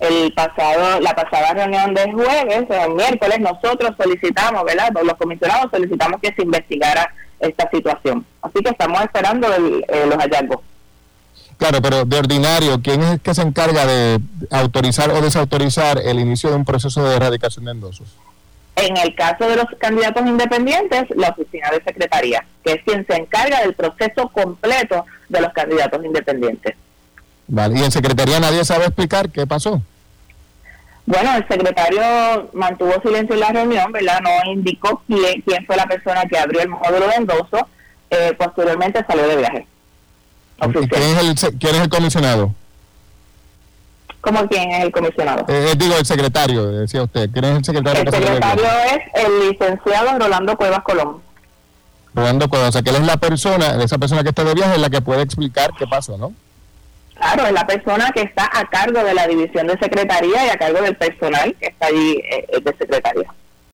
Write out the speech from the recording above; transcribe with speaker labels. Speaker 1: el pasado, la pasada reunión del jueves, el miércoles, nosotros solicitamos, ¿verdad? Los comisionados solicitamos que se investigara esta situación. Así que estamos esperando el, eh, los hallazgos.
Speaker 2: Claro, pero de ordinario, ¿quién es el que se encarga de autorizar o desautorizar el inicio de un proceso de erradicación de endosos?
Speaker 1: En el caso de los candidatos independientes, la oficina de secretaría, que es quien se encarga del proceso completo de los candidatos independientes.
Speaker 2: Vale, y en secretaría nadie sabe explicar qué pasó.
Speaker 1: Bueno, el secretario mantuvo silencio en la reunión, ¿verdad? No indicó quién, quién fue la persona que abrió el módulo de endoso, eh, posteriormente salió de viaje.
Speaker 2: ¿Quién es, el, ¿Quién es el comisionado?
Speaker 1: ¿Cómo quién es el comisionado?
Speaker 2: Eh, digo, el secretario, decía usted. ¿Quién es el secretario?
Speaker 1: El secretario es el licenciado Rolando Cuevas Colón.
Speaker 2: Rolando Cuevas, o sea que él es la persona, esa persona que está de viaje es la que puede explicar qué pasó, ¿no?
Speaker 1: Claro, es la persona que está a cargo de la división de secretaría y a cargo del personal que está allí eh, de secretaría.